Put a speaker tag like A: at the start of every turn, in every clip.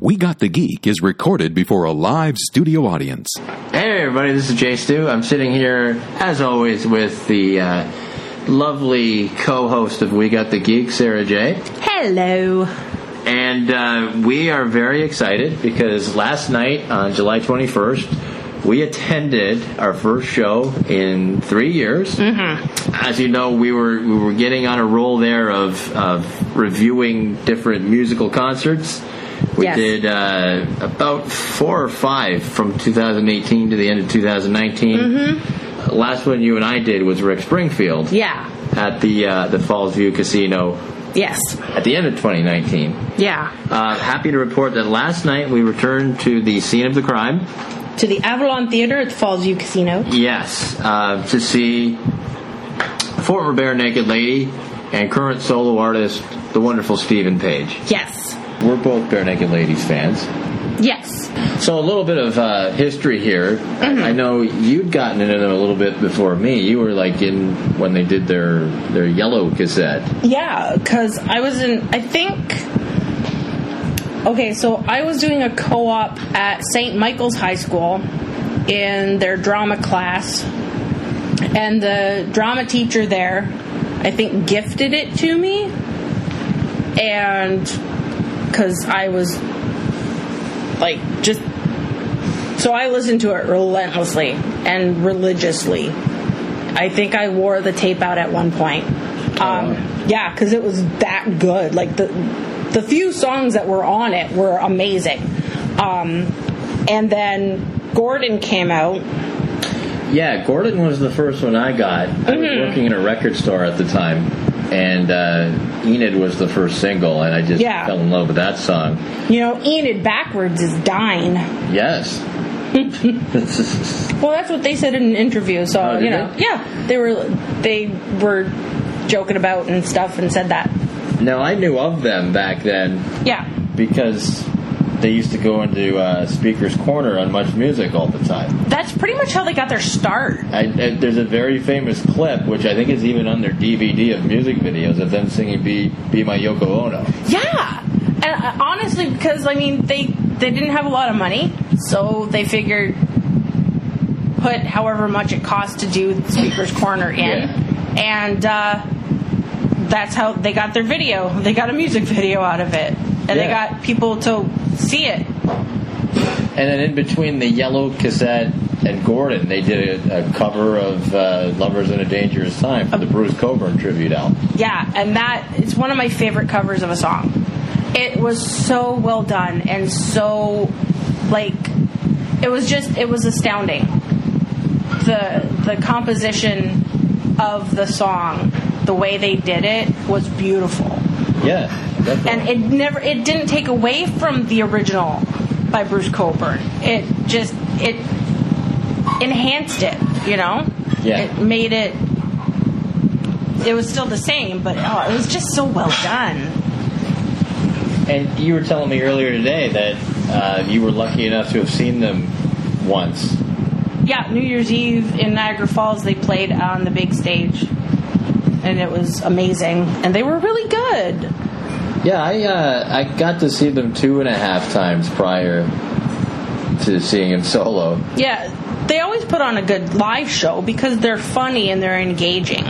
A: We Got the Geek is recorded before a live studio audience.
B: Hey everybody, this is Jay Stu. I'm sitting here, as always, with the uh, lovely co-host of We Got the Geek, Sarah J.
C: Hello.
B: And uh, we are very excited because last night on July 21st, we attended our first show in three years. Mm-hmm. As you know, we were we were getting on a roll there of, of reviewing different musical concerts. We
C: Yes.
B: did uh, about four or five from 2018 to the end of 2019. Last one you and I did was Rick Springfield
C: Mm-hmm. Yeah.
B: at the uh, the Falls View Casino
C: Yes.
B: at the end of 2019.
C: Yeah.
B: Uh, happy to report that last night we returned to the scene of the crime.
C: To the Avalon Theater at the Falls View Casino.
B: Yes, uh, to see former Bare Naked Lady and current solo artist, the wonderful Stephen Page.
C: Yes.
B: We're both Bare Naked Ladies fans.
C: Yes.
B: So a little bit of uh, history here. I I know you'd gotten into them a little bit before me. You were like in when they did their their yellow cassette.
C: Yeah, because I was in, I think. Okay, so I was doing a co op at St. Michael's High School in their drama class. And the drama teacher there, I think, gifted it to me. And because I was like just. So I listened to it relentlessly and religiously. I think I wore the tape out at one point.
B: Oh,
C: Um, yeah, because it was that good. Like the the few songs that were on it were amazing. Um, and then Gordon came out.
B: Yeah, Gordon was the first one I got. I was working in a record store at the time, and uh, Enid was the first single, and I just
C: Yeah.
B: fell in love with that song.
C: You know, Enid backwards is dying.
B: Yes.
C: Well, that's what they said in an interview. So
B: Oh, did
C: you know,
B: they?
C: yeah, they were they were joking about and stuff and said that.
B: now I knew of them back then
C: Yeah,
B: because they used to go into uh, Speaker's Corner on Much Music all the time.
C: that's pretty much how they got their start.
B: I, I, there's a very famous clip, which I think is even on their DVD of music videos, of them singing "Be Be My Yoko Ono."
C: Yeah, and uh, honestly, because I mean, they they didn't have a lot of money, so they figured put however much it cost to do Speaker's Corner in,
B: Yeah.
C: and uh, that's how they got their video. They got a music video out of it, and they
B: Yeah.
C: got people to see it.
B: And then in between the yellow cassette and Gordon, they did a, a cover of uh, "Lovers in a Dangerous Time" for the Bruce Coburn tribute album.
C: Yeah, and that it's one of my favorite covers of a song. It was so well done and so like it was just it was astounding. The the composition of the song, the way they did it was beautiful.
B: Yeah, definitely.
C: And it never it didn't take away from the original by Bruce Coburn. It just it enhanced it, you know?
B: Yeah.
C: It made it it was still the same, but oh, it was just so well done.
B: And you were telling me earlier today that uh, you were lucky enough to have seen them once.
C: Yeah, New Year's Eve in Niagara Falls they played on the big stage. And it was amazing. And they were really good.
B: Yeah, I uh, I got to see them two and a half times prior to seeing him solo.
C: Yeah, they always put on a good live show because they're funny and they're engaging.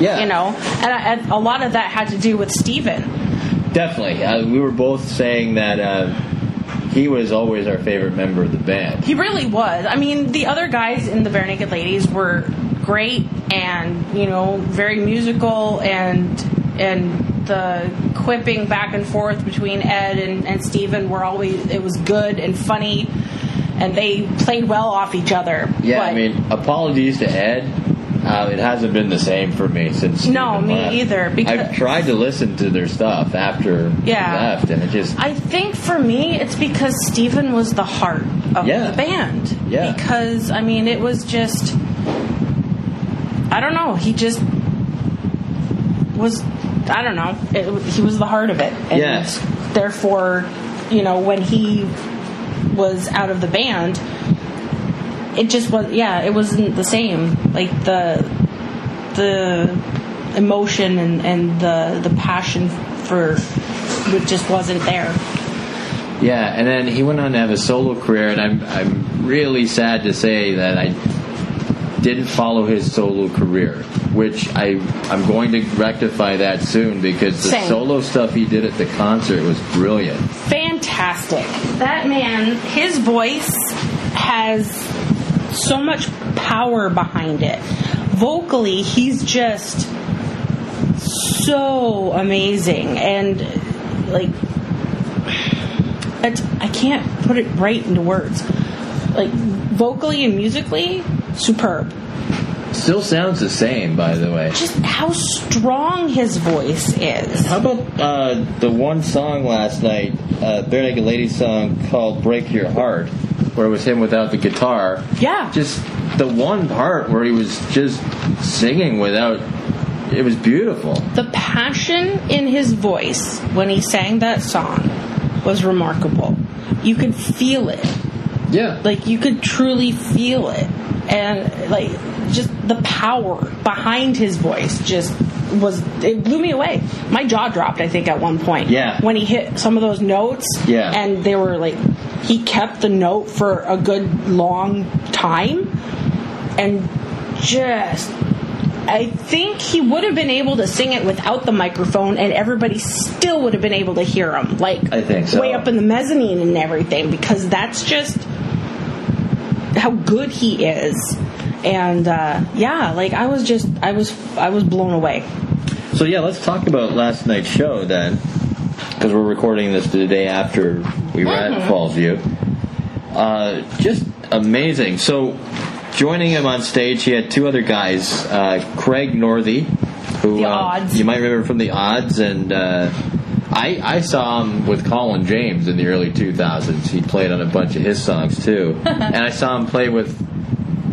B: Yeah.
C: You know, and, I, and a lot of that had to do with Steven.
B: Definitely, uh, we were both saying that uh, he was always our favorite member of the band.
C: He really was. I mean, the other guys in the Bare Naked Ladies were great and, you know, very musical and and the quipping back and forth between Ed and, and Steven were always it was good and funny and they played well off each other.
B: Yeah,
C: But-
B: I mean, apologies to Ed. Uh, it hasn't been the same for me since.
C: No,
B: Stephen
C: me
B: left.
C: either, because-
B: I've tried to listen to their stuff after
C: Yeah.
B: he left, and it just
C: I think for me, it's because Steven was the heart of
B: Yeah.
C: the band.
B: Yeah.
C: Because, I mean, it was just. I don't know. He just was. I don't know. It, he was the heart of it. And
B: Yes.
C: Therefore, you know, when he was out of the band, it just was. Yeah, it wasn't the same. Like the the emotion and, and the the passion for it just wasn't there.
B: Yeah, and then he went on to have a solo career, and I'm I'm really sad to say that I didn't follow his solo career, which I I'm going to rectify that soon because the
C: Same.
B: solo stuff he did at the concert was brilliant.
C: fantastic. That man, his voice has so much power behind it. Vocally, he's just so amazing and like it's, I can't put it right into words. Like vocally and musically, superb
B: Still sounds the same, by the way.
C: just how strong his voice is.
B: How about uh, the one song last night, uh, Bare Naked Ladies song called "Break Your Heart," where it was him without the guitar?
C: Yeah.
B: just the one part where he was just singing without. It was beautiful.
C: The passion in his voice when he sang that song was remarkable. You could feel it.
B: Yeah,
C: Like you could truly feel it. And like just the power behind his voice just was it blew me away. My jaw dropped I think at one point.
B: Yeah.
C: When he hit some of those notes
B: Yeah.
C: and they were like he kept the note for a good long time and just I think he would have been able to sing it without the microphone and everybody still would have been able to hear him like
B: I think so.
C: way up in the mezzanine and everything because that's just how good he is and uh, yeah like I was just I was I was blown away
B: So yeah, let's talk about last night's show then, because we're recording this the day after we were
C: Mm-hmm.
B: at Falls View. Uh, just amazing. So joining him on stage, he had two other guys, uh, Craig Northey, who
C: The
B: uh,
C: Odds.
B: you might remember from the Odds, and uh, I I saw him with Colin James in the early 2000s. He played on a bunch of his songs too, and I saw him play with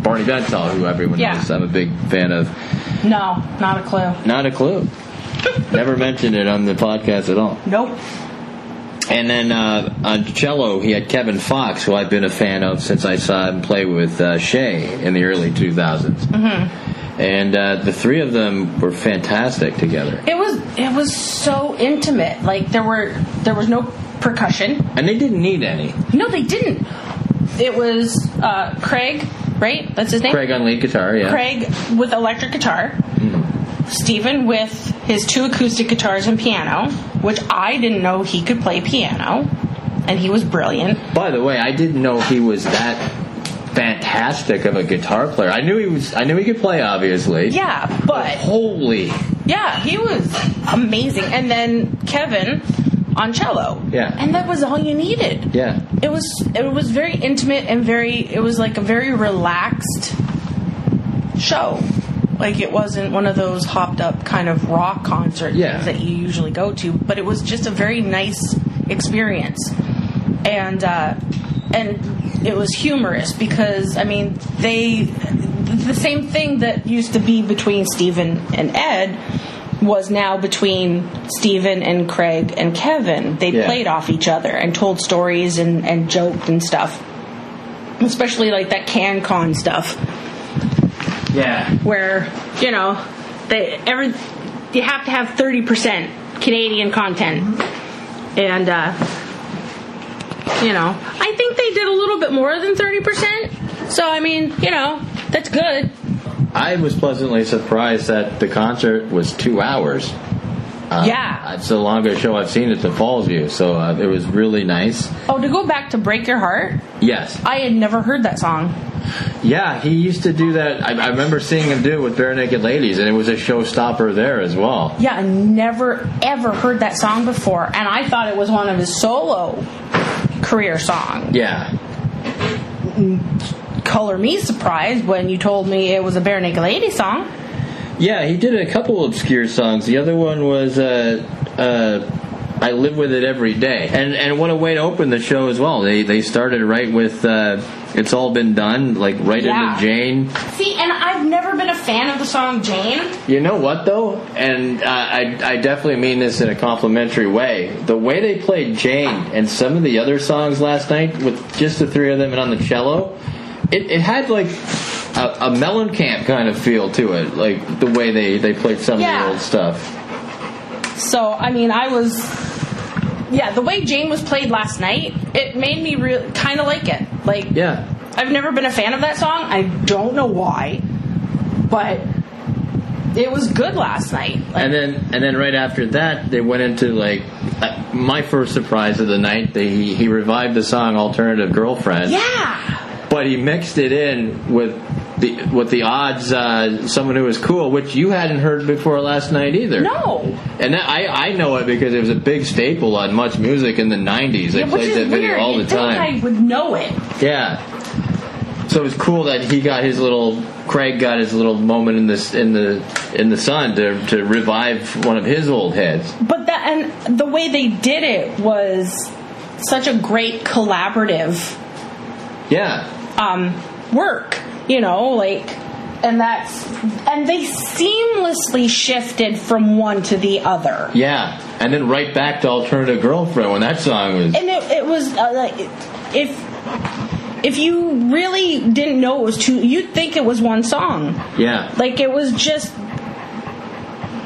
B: Barney Bentall, who everyone
C: Yeah.
B: knows I'm a big fan of.
C: no not a clue
B: Not a clue. Never mentioned it on the podcast at all.
C: nope
B: And then uh, on cello, he had Kevin Fox, who I've been a fan of since I saw him play with uh, Shay in the early 2000s. Mm-hmm. And uh, the three of them were fantastic together.
C: it was it was so intimate like there were there was no percussion
B: And they didn't need any.
C: No, they didn't. It was uh, Craig, right? That's his name.
B: Craig on lead guitar, yeah. Mm-hmm.
C: Craig with electric guitar. Stephen with his two acoustic guitars and piano, which I didn't know he could play piano, and he was brilliant.
B: By the way, I didn't know he was that fantastic of a guitar player. I knew he was. I knew he could play, obviously.
C: Yeah, but
B: Holy.
C: yeah, he was amazing. And then Kevin on cello.
B: Yeah.
C: And that was all you needed.
B: Yeah.
C: It was it was very intimate and very it was like a very relaxed show. Like it wasn't one of those hopped up kind of rock concert
B: Yeah.
C: things that you usually go to, but it was just a very nice experience. And uh, and it was humorous because I mean they the same thing that used to be between Stephen and Ed was now between Stephen and Craig and Kevin. They
B: Yeah.
C: played off each other and told stories and, and joked and stuff. Especially like that CanCon stuff
B: Yeah.
C: where you know they every you have to have thirty percent Canadian content, and uh, you know I think they did a little bit more than thirty percent. So I mean, you know, that's good.
B: I was pleasantly surprised that the concert was two hours. Uh,
C: Yeah.
B: It's the longest show I've seen at the Falls View, so uh, it was really nice.
C: Oh, to go back to "Break Your Heart,"
B: Yes.
C: I had never heard that song.
B: Yeah, he used to do that. I, I remember seeing him do it with Bare Naked Ladies, and it was a showstopper there as well.
C: Yeah, I never ever heard that song before, and I thought it was one of his solo career songs.
B: Yeah.
C: Color me surprised when you told me it was a bare naked lady song.
B: Yeah, he did a couple obscure songs. The other one was uh, uh, "I Live with It Every Day," and and what a way to open the show as well. They they started right with uh, "It's All Been Done," like right
C: Yeah.
B: into Jane.
C: See, and I've never been a fan of the song Jane.
B: You know what though, and uh, I I definitely mean this in a complimentary way. The way they played Jane and some of the other songs last night with just the three of them and on the cello, it, it had like a, a Mellencamp kind of feel to it, like the way they they played some
C: Yeah.
B: of the old stuff.
C: So, I mean, I was yeah, the way Jane was played last night, it made me real kind of like it. Like,
B: Yeah.
C: I've never been a fan of that song. I don't know why, but it was good last night. Like,
B: And then, and then right after that, they went into like uh, my first surprise of the night. They, he, he revived the song "Alternative Girlfriend,"
C: yeah,
B: but he mixed it in with the with the odds uh, someone who is cool, which you hadn't heard before last night either.
C: no,
B: And that, I I know it because it was a big staple on much music in the '90s. They
C: yeah, which
B: played
C: is
B: that video
C: weird.
B: all
C: You'd
B: the time.
C: Think I would know it.
B: Yeah. So it was cool that he got his little Craig got his little moment in this in the in the sun to to revive one of his old heads.
C: But that and the way they did it was such a great collaborative
B: Yeah.
C: um, work, you know, like, and that's, and they seamlessly shifted from one to the other.
B: Yeah, and then right back to Alternative Girlfriend when that song was.
C: And it, it was, uh, like, if, if you really didn't know it was two, you'd think it was one song.
B: Yeah.
C: Like, it was just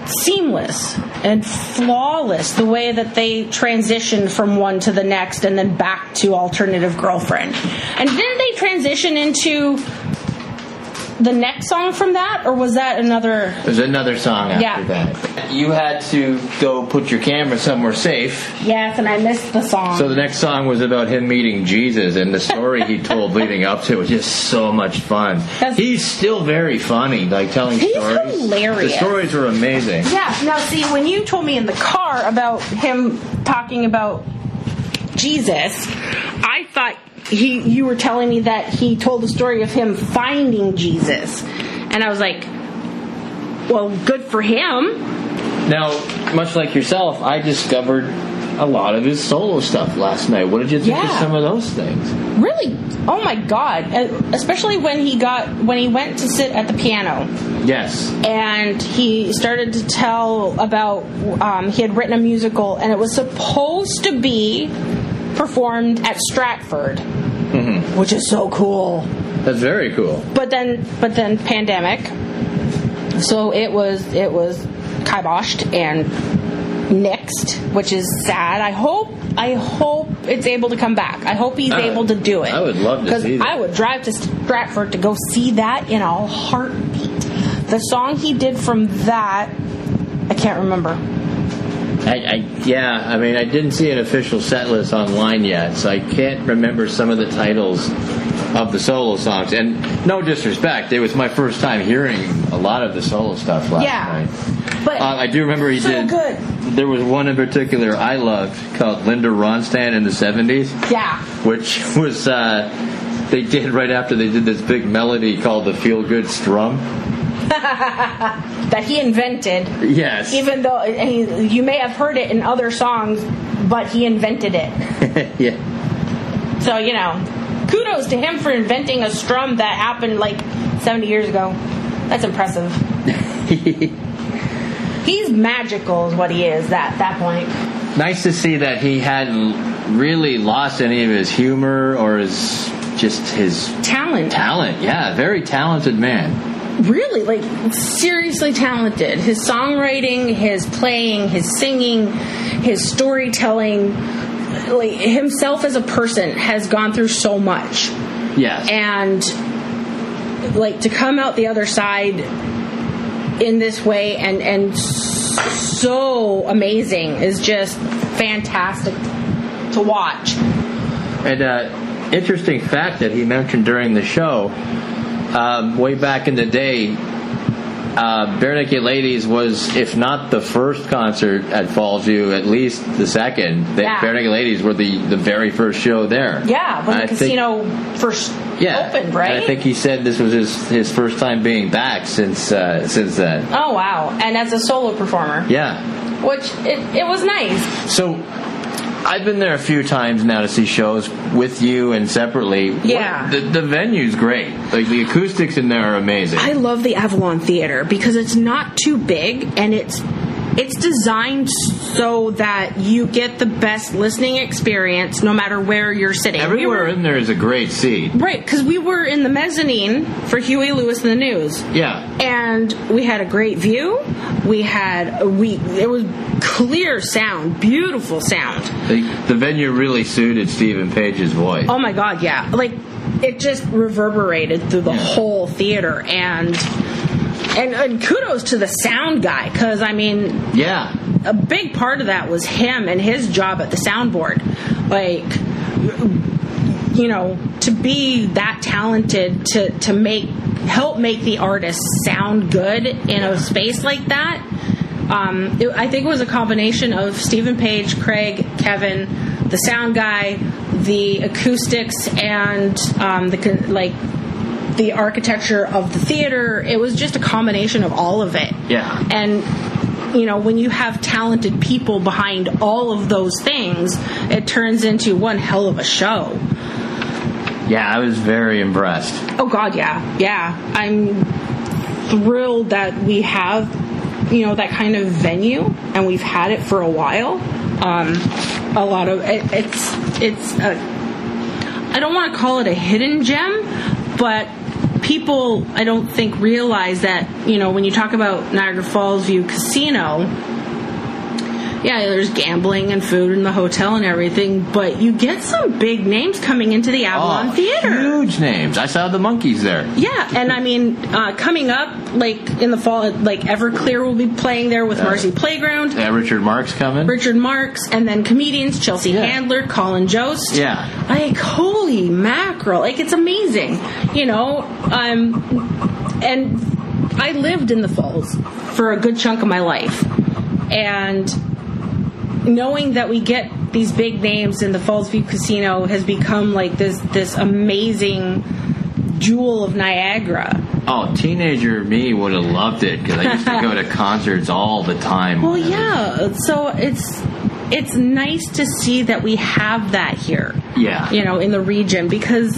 C: seamless and flawless the way that they transitioned from one to the next and then back to alternative girlfriend and didn't they transition into the next song from that or was that another
B: There's another song after
C: Yeah.
B: that. You had to go put your camera somewhere safe.
C: yes and i missed the song
B: So the next song was about him meeting Jesus and the story he told leading up to it was just so much fun.
C: That's-
B: He's still very funny, like telling
C: He's
B: stories.
C: hilarious.
B: The stories were amazing.
C: yeah now see when you told me in the car about him talking about jesus i thought he you were telling me that he told the story of him finding jesus and i was like well good for him
B: Now, much like yourself, I discovered a lot of his solo stuff last night. What did you think of
C: Yeah.
B: some of those things?
C: really oh my god And especially when he got when he went to sit at the piano
B: Yes.
C: and he started to tell about um, he had written a musical and it was supposed to be performed at stratford which is so cool
B: That's very cool.
C: but then but then pandemic so it was it was kiboshed and nixed which is sad i hope i hope it's able to come back i hope he's
B: I-
C: able to do it
B: I would love to
C: 'Cause
B: see that.
C: i would drive to stratford to go see that in a heartbeat the song he did from that i can't remember
B: I, I yeah, I mean, I didn't see an official set list online yet, so I can't remember some of the titles of the solo songs. And no disrespect, it was my first time hearing a lot of the solo stuff last
C: Yeah.
B: night.
C: But-
B: uh, I do remember he
C: So
B: did.
C: good.
B: There was one in particular I loved called Linda Ronstadt in the seventies,
C: yeah
B: which was uh, they did right after they did this big melody called the Feel Good Strum.
C: that he invented
B: Yes.
C: even though and he, you may have heard it in other songs but he invented it
B: yeah.
C: So, you know, kudos to him for inventing a strum that happened like 70 years ago. That's impressive. He's magical, is what he is at that point.
B: nice to see that he hadn't really lost any of his humor or his just his
C: Talent.
B: talent. Yeah, very talented man.
C: Really, like, seriously talented. His songwriting, his playing, his singing, his storytelling, like, himself as a person has gone through so much.
B: Yes.
C: and like to come out the other side in this way and and so amazing is just fantastic to watch
B: And uh, interesting fact that he mentioned during the show, um, way back in the day, uh, Bare Naked Ladies was, if not the first concert at Fallsview, at least the second. They,
C: Yeah.
B: Bare Naked Ladies were the, the very first show there.
C: yeah when the
B: I think-
C: casino first
B: yeah,
C: opened right
B: And I think he said this was his his first time being back since uh, since then.
C: oh wow and as a solo performer
B: Yeah.
C: which it, it was nice
B: So I've been there a few times now to see shows with you and separately.
C: Yeah.
B: What- the, the venue's great. Like the acoustics in there are amazing.
C: i love the avalon theater because it's not too big and it's It's designed so that you get the best listening experience no matter where you're sitting. We
B: Everywhere
C: were-
B: in there is a great seat.
C: Right, because we were in the mezzanine for Huey Lewis and the News.
B: Yeah.
C: And we had a great view. We had a we it was clear sound, beautiful sound.
B: The, the venue really suited Stephen Page's voice.
C: Oh my god, yeah. Like it just reverberated through the whole theater and and, and kudos to the sound guy cuz I mean
B: Yeah.
C: a big part of that was him and his job at the soundboard. Like, you know, to be that talented to to make help make the artist sound good in a space like that. Um, it, I think it was a combination of Stephen Page, Craig, Kevin, the sound guy, the acoustics, and um, the con- like the architecture of the theater. It was just a combination of all of it.
B: Yeah.
C: And you know, when you have talented people behind all of those things, it turns into one hell of a show.
B: Yeah, I was very impressed.
C: Oh god, yeah. Yeah. I'm thrilled that we have you know that kind of venue and we've had it for a while. Um a lot of it, it's it's a I don't want to call it a hidden gem, but people I don't think realize that, you know, when you talk about Niagara Falls View Casino, yeah, there's gambling and food in the hotel and everything, but you get some big names coming into the Avalon
B: Oh,
C: Theater.
B: Huge names. I saw the monkeys there.
C: Yeah, and I mean, uh, coming up, like in the fall, like Everclear will be playing there with Mercy Playground,
B: Yeah, Richard Marks coming.
C: Richard Marks, and then comedians Chelsea
B: Yeah.
C: Handler, Colin Jost.
B: Yeah.
C: Like, holy mackerel. Like, it's amazing, you know? Um, and I lived in the falls for a good chunk of my life. And knowing that we get these big names in the Falls View Casino has become like this this amazing jewel of Niagara.
B: Oh, teenager me would have loved it because I used to go to concerts all the time.
C: Well, yeah. So it's it's nice to see that we have that here.
B: Yeah.
C: You know, in the region because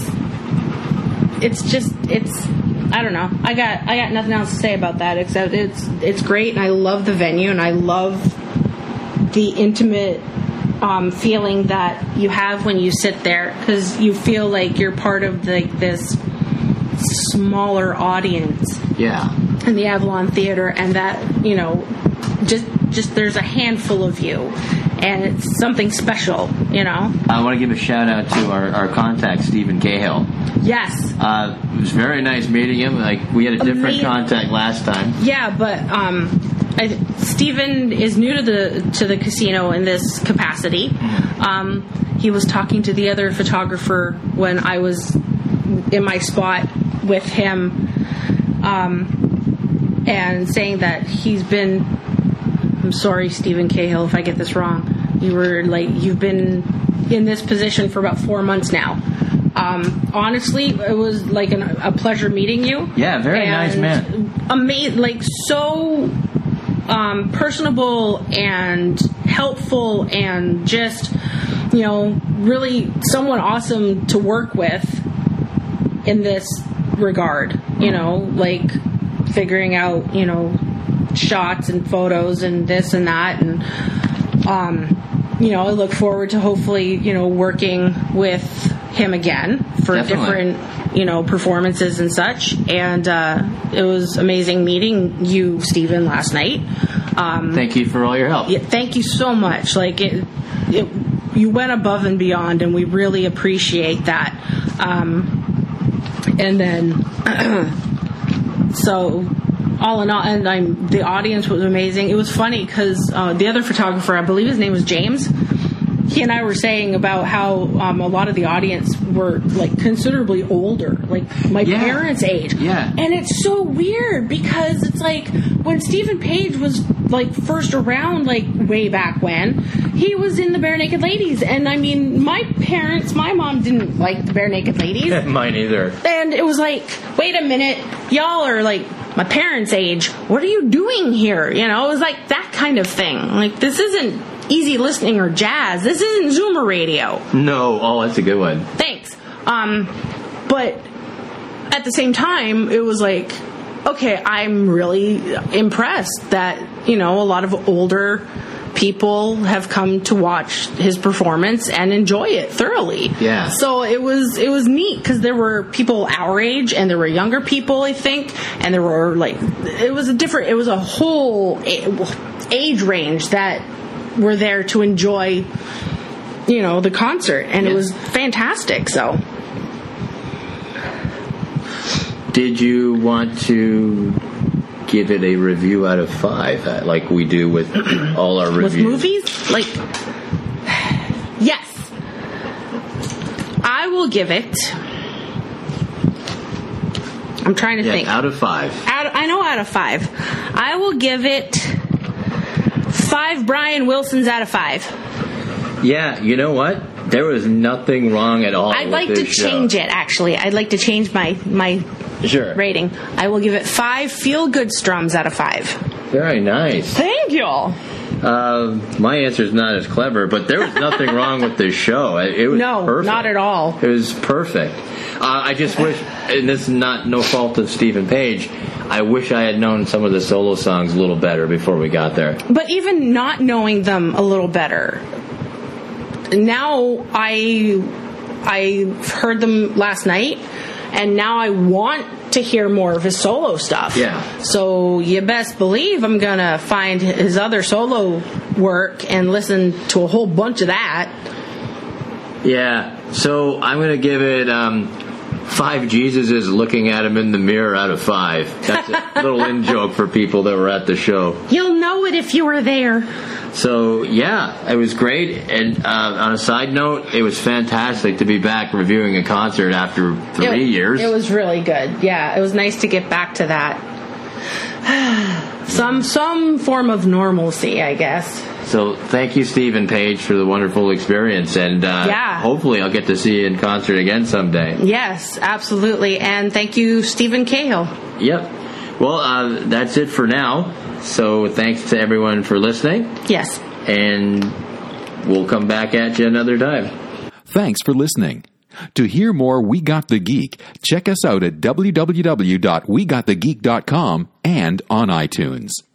C: it's just it's I don't know. I got I got nothing else to say about that except it's it's great and I love the venue and I love the intimate um, feeling that you have when you sit there because you feel like you're part of like this smaller audience
B: Yeah.
C: in the Avalon Theater, and that you know, just just there's a handful of you, and it's something special, you know.
B: I want to give a shout out to our, our contact, Stephen Cahill.
C: Yes,
B: Uh, it was very nice meeting him. Like, we had a different
C: Amazing.
B: contact last time.
C: yeah, but um, I, Stephen is new to the to the casino in this capacity. Um, he was talking to the other photographer when I was in my spot with him, um, and saying that he's been. I'm sorry, Stephen Cahill, if I get this wrong. You were like you've been in this position for about four months now. Um, honestly, it was like an, a pleasure meeting you
B: Yeah, very nice man.
C: amazing, like so um, personable and helpful, and just you know, really someone awesome to work with in this regard. You know, like figuring out you know shots and photos and this and that, and um, you know, I look forward to hopefully you know working with him again for
B: Definitely.
C: different you know performances and such and uh, it was amazing meeting you stephen last night um,
B: Thank you for all your help.
C: yeah, thank you so much like it, it you went above and beyond and we really appreciate that um, and then so all in all and I'm, the audience was amazing it was funny because uh, the other photographer i believe his name was james he and I were saying about how um, a lot of the audience were like considerably older, like my
B: Yeah.
C: parents' age.
B: Yeah.
C: And it's so weird because it's like when Stephen Page was like first around, like way back when, he was in the Bare Naked Ladies. And I mean, my parents, my mom didn't like the Bare Naked Ladies.
B: Mine either.
C: and it was like, wait a minute, y'all are like my parents' age. What are you doing here? You know, it was like that kind of thing. Like this isn't easy listening or jazz. This isn't Zoomer radio.
B: No. Oh, that's a good one.
C: Thanks. Um, but at the same time, it was like, okay, I'm really impressed that you know, a lot of older people have come to watch his performance and enjoy it thoroughly.
B: Yeah.
C: So it was it was neat because there were people our age and there were younger people I think and there were like it was a different it was a whole a- age range that were there to enjoy you know the concert and it
B: Yeah.
C: was fantastic so
B: Did you want to give it a review out of five, uh, like we do with all our
C: with
B: reviews?
C: movies like yes i will give it i'm trying to
B: Yeah,
C: think
B: out of five.
C: out, I know out of five. I will give it five Brian Wilsons out of five.
B: Yeah, you know what? There was nothing wrong at all.
C: I'd like to change it actually. I'd like to change my my
B: it. Sure.
C: rating. I will give it five feel good strums out of five.
B: Very nice.
C: Thank y'all.
B: Uh, my answer is not as clever, but there was nothing wrong with this show. It, it was
C: No,
B: perfect.
C: not at all.
B: It was perfect. Uh, I just wish, and this is not no fault of Stephen Page. I wish I had known some of the solo songs a little better before we got there.
C: But even not knowing them a little better, now I I heard them last night, and now I want to hear more of his solo stuff.
B: Yeah.
C: So you best believe I'm gonna find his other solo work and listen to a whole bunch of that.
B: Yeah. So I'm gonna give it um, five Jesuses looking at him in the mirror out of five. That's a little in joke for people that were at the show.
C: You'll know it if you were there.
B: So yeah, it was great. And uh, on a side note, it was fantastic to be back reviewing a concert after three
C: it,
B: years.
C: It was really good. Yeah, it was nice to get back to that. some some form of normalcy, I guess.
B: so thank you, Stephen Page, for the wonderful experience. And uh,
C: Yeah.
B: hopefully, I'll get to see you in concert again someday.
C: Yes, absolutely. And thank you, Stephen Cahill.
B: Yep. Well, uh, that's it for now. So thanks to everyone for listening,
C: Yes.
B: and we'll come back at you another time.
A: Thanks for listening. To hear more We Got the Geek, check us out at www.wegotthegeek.com and on iTunes.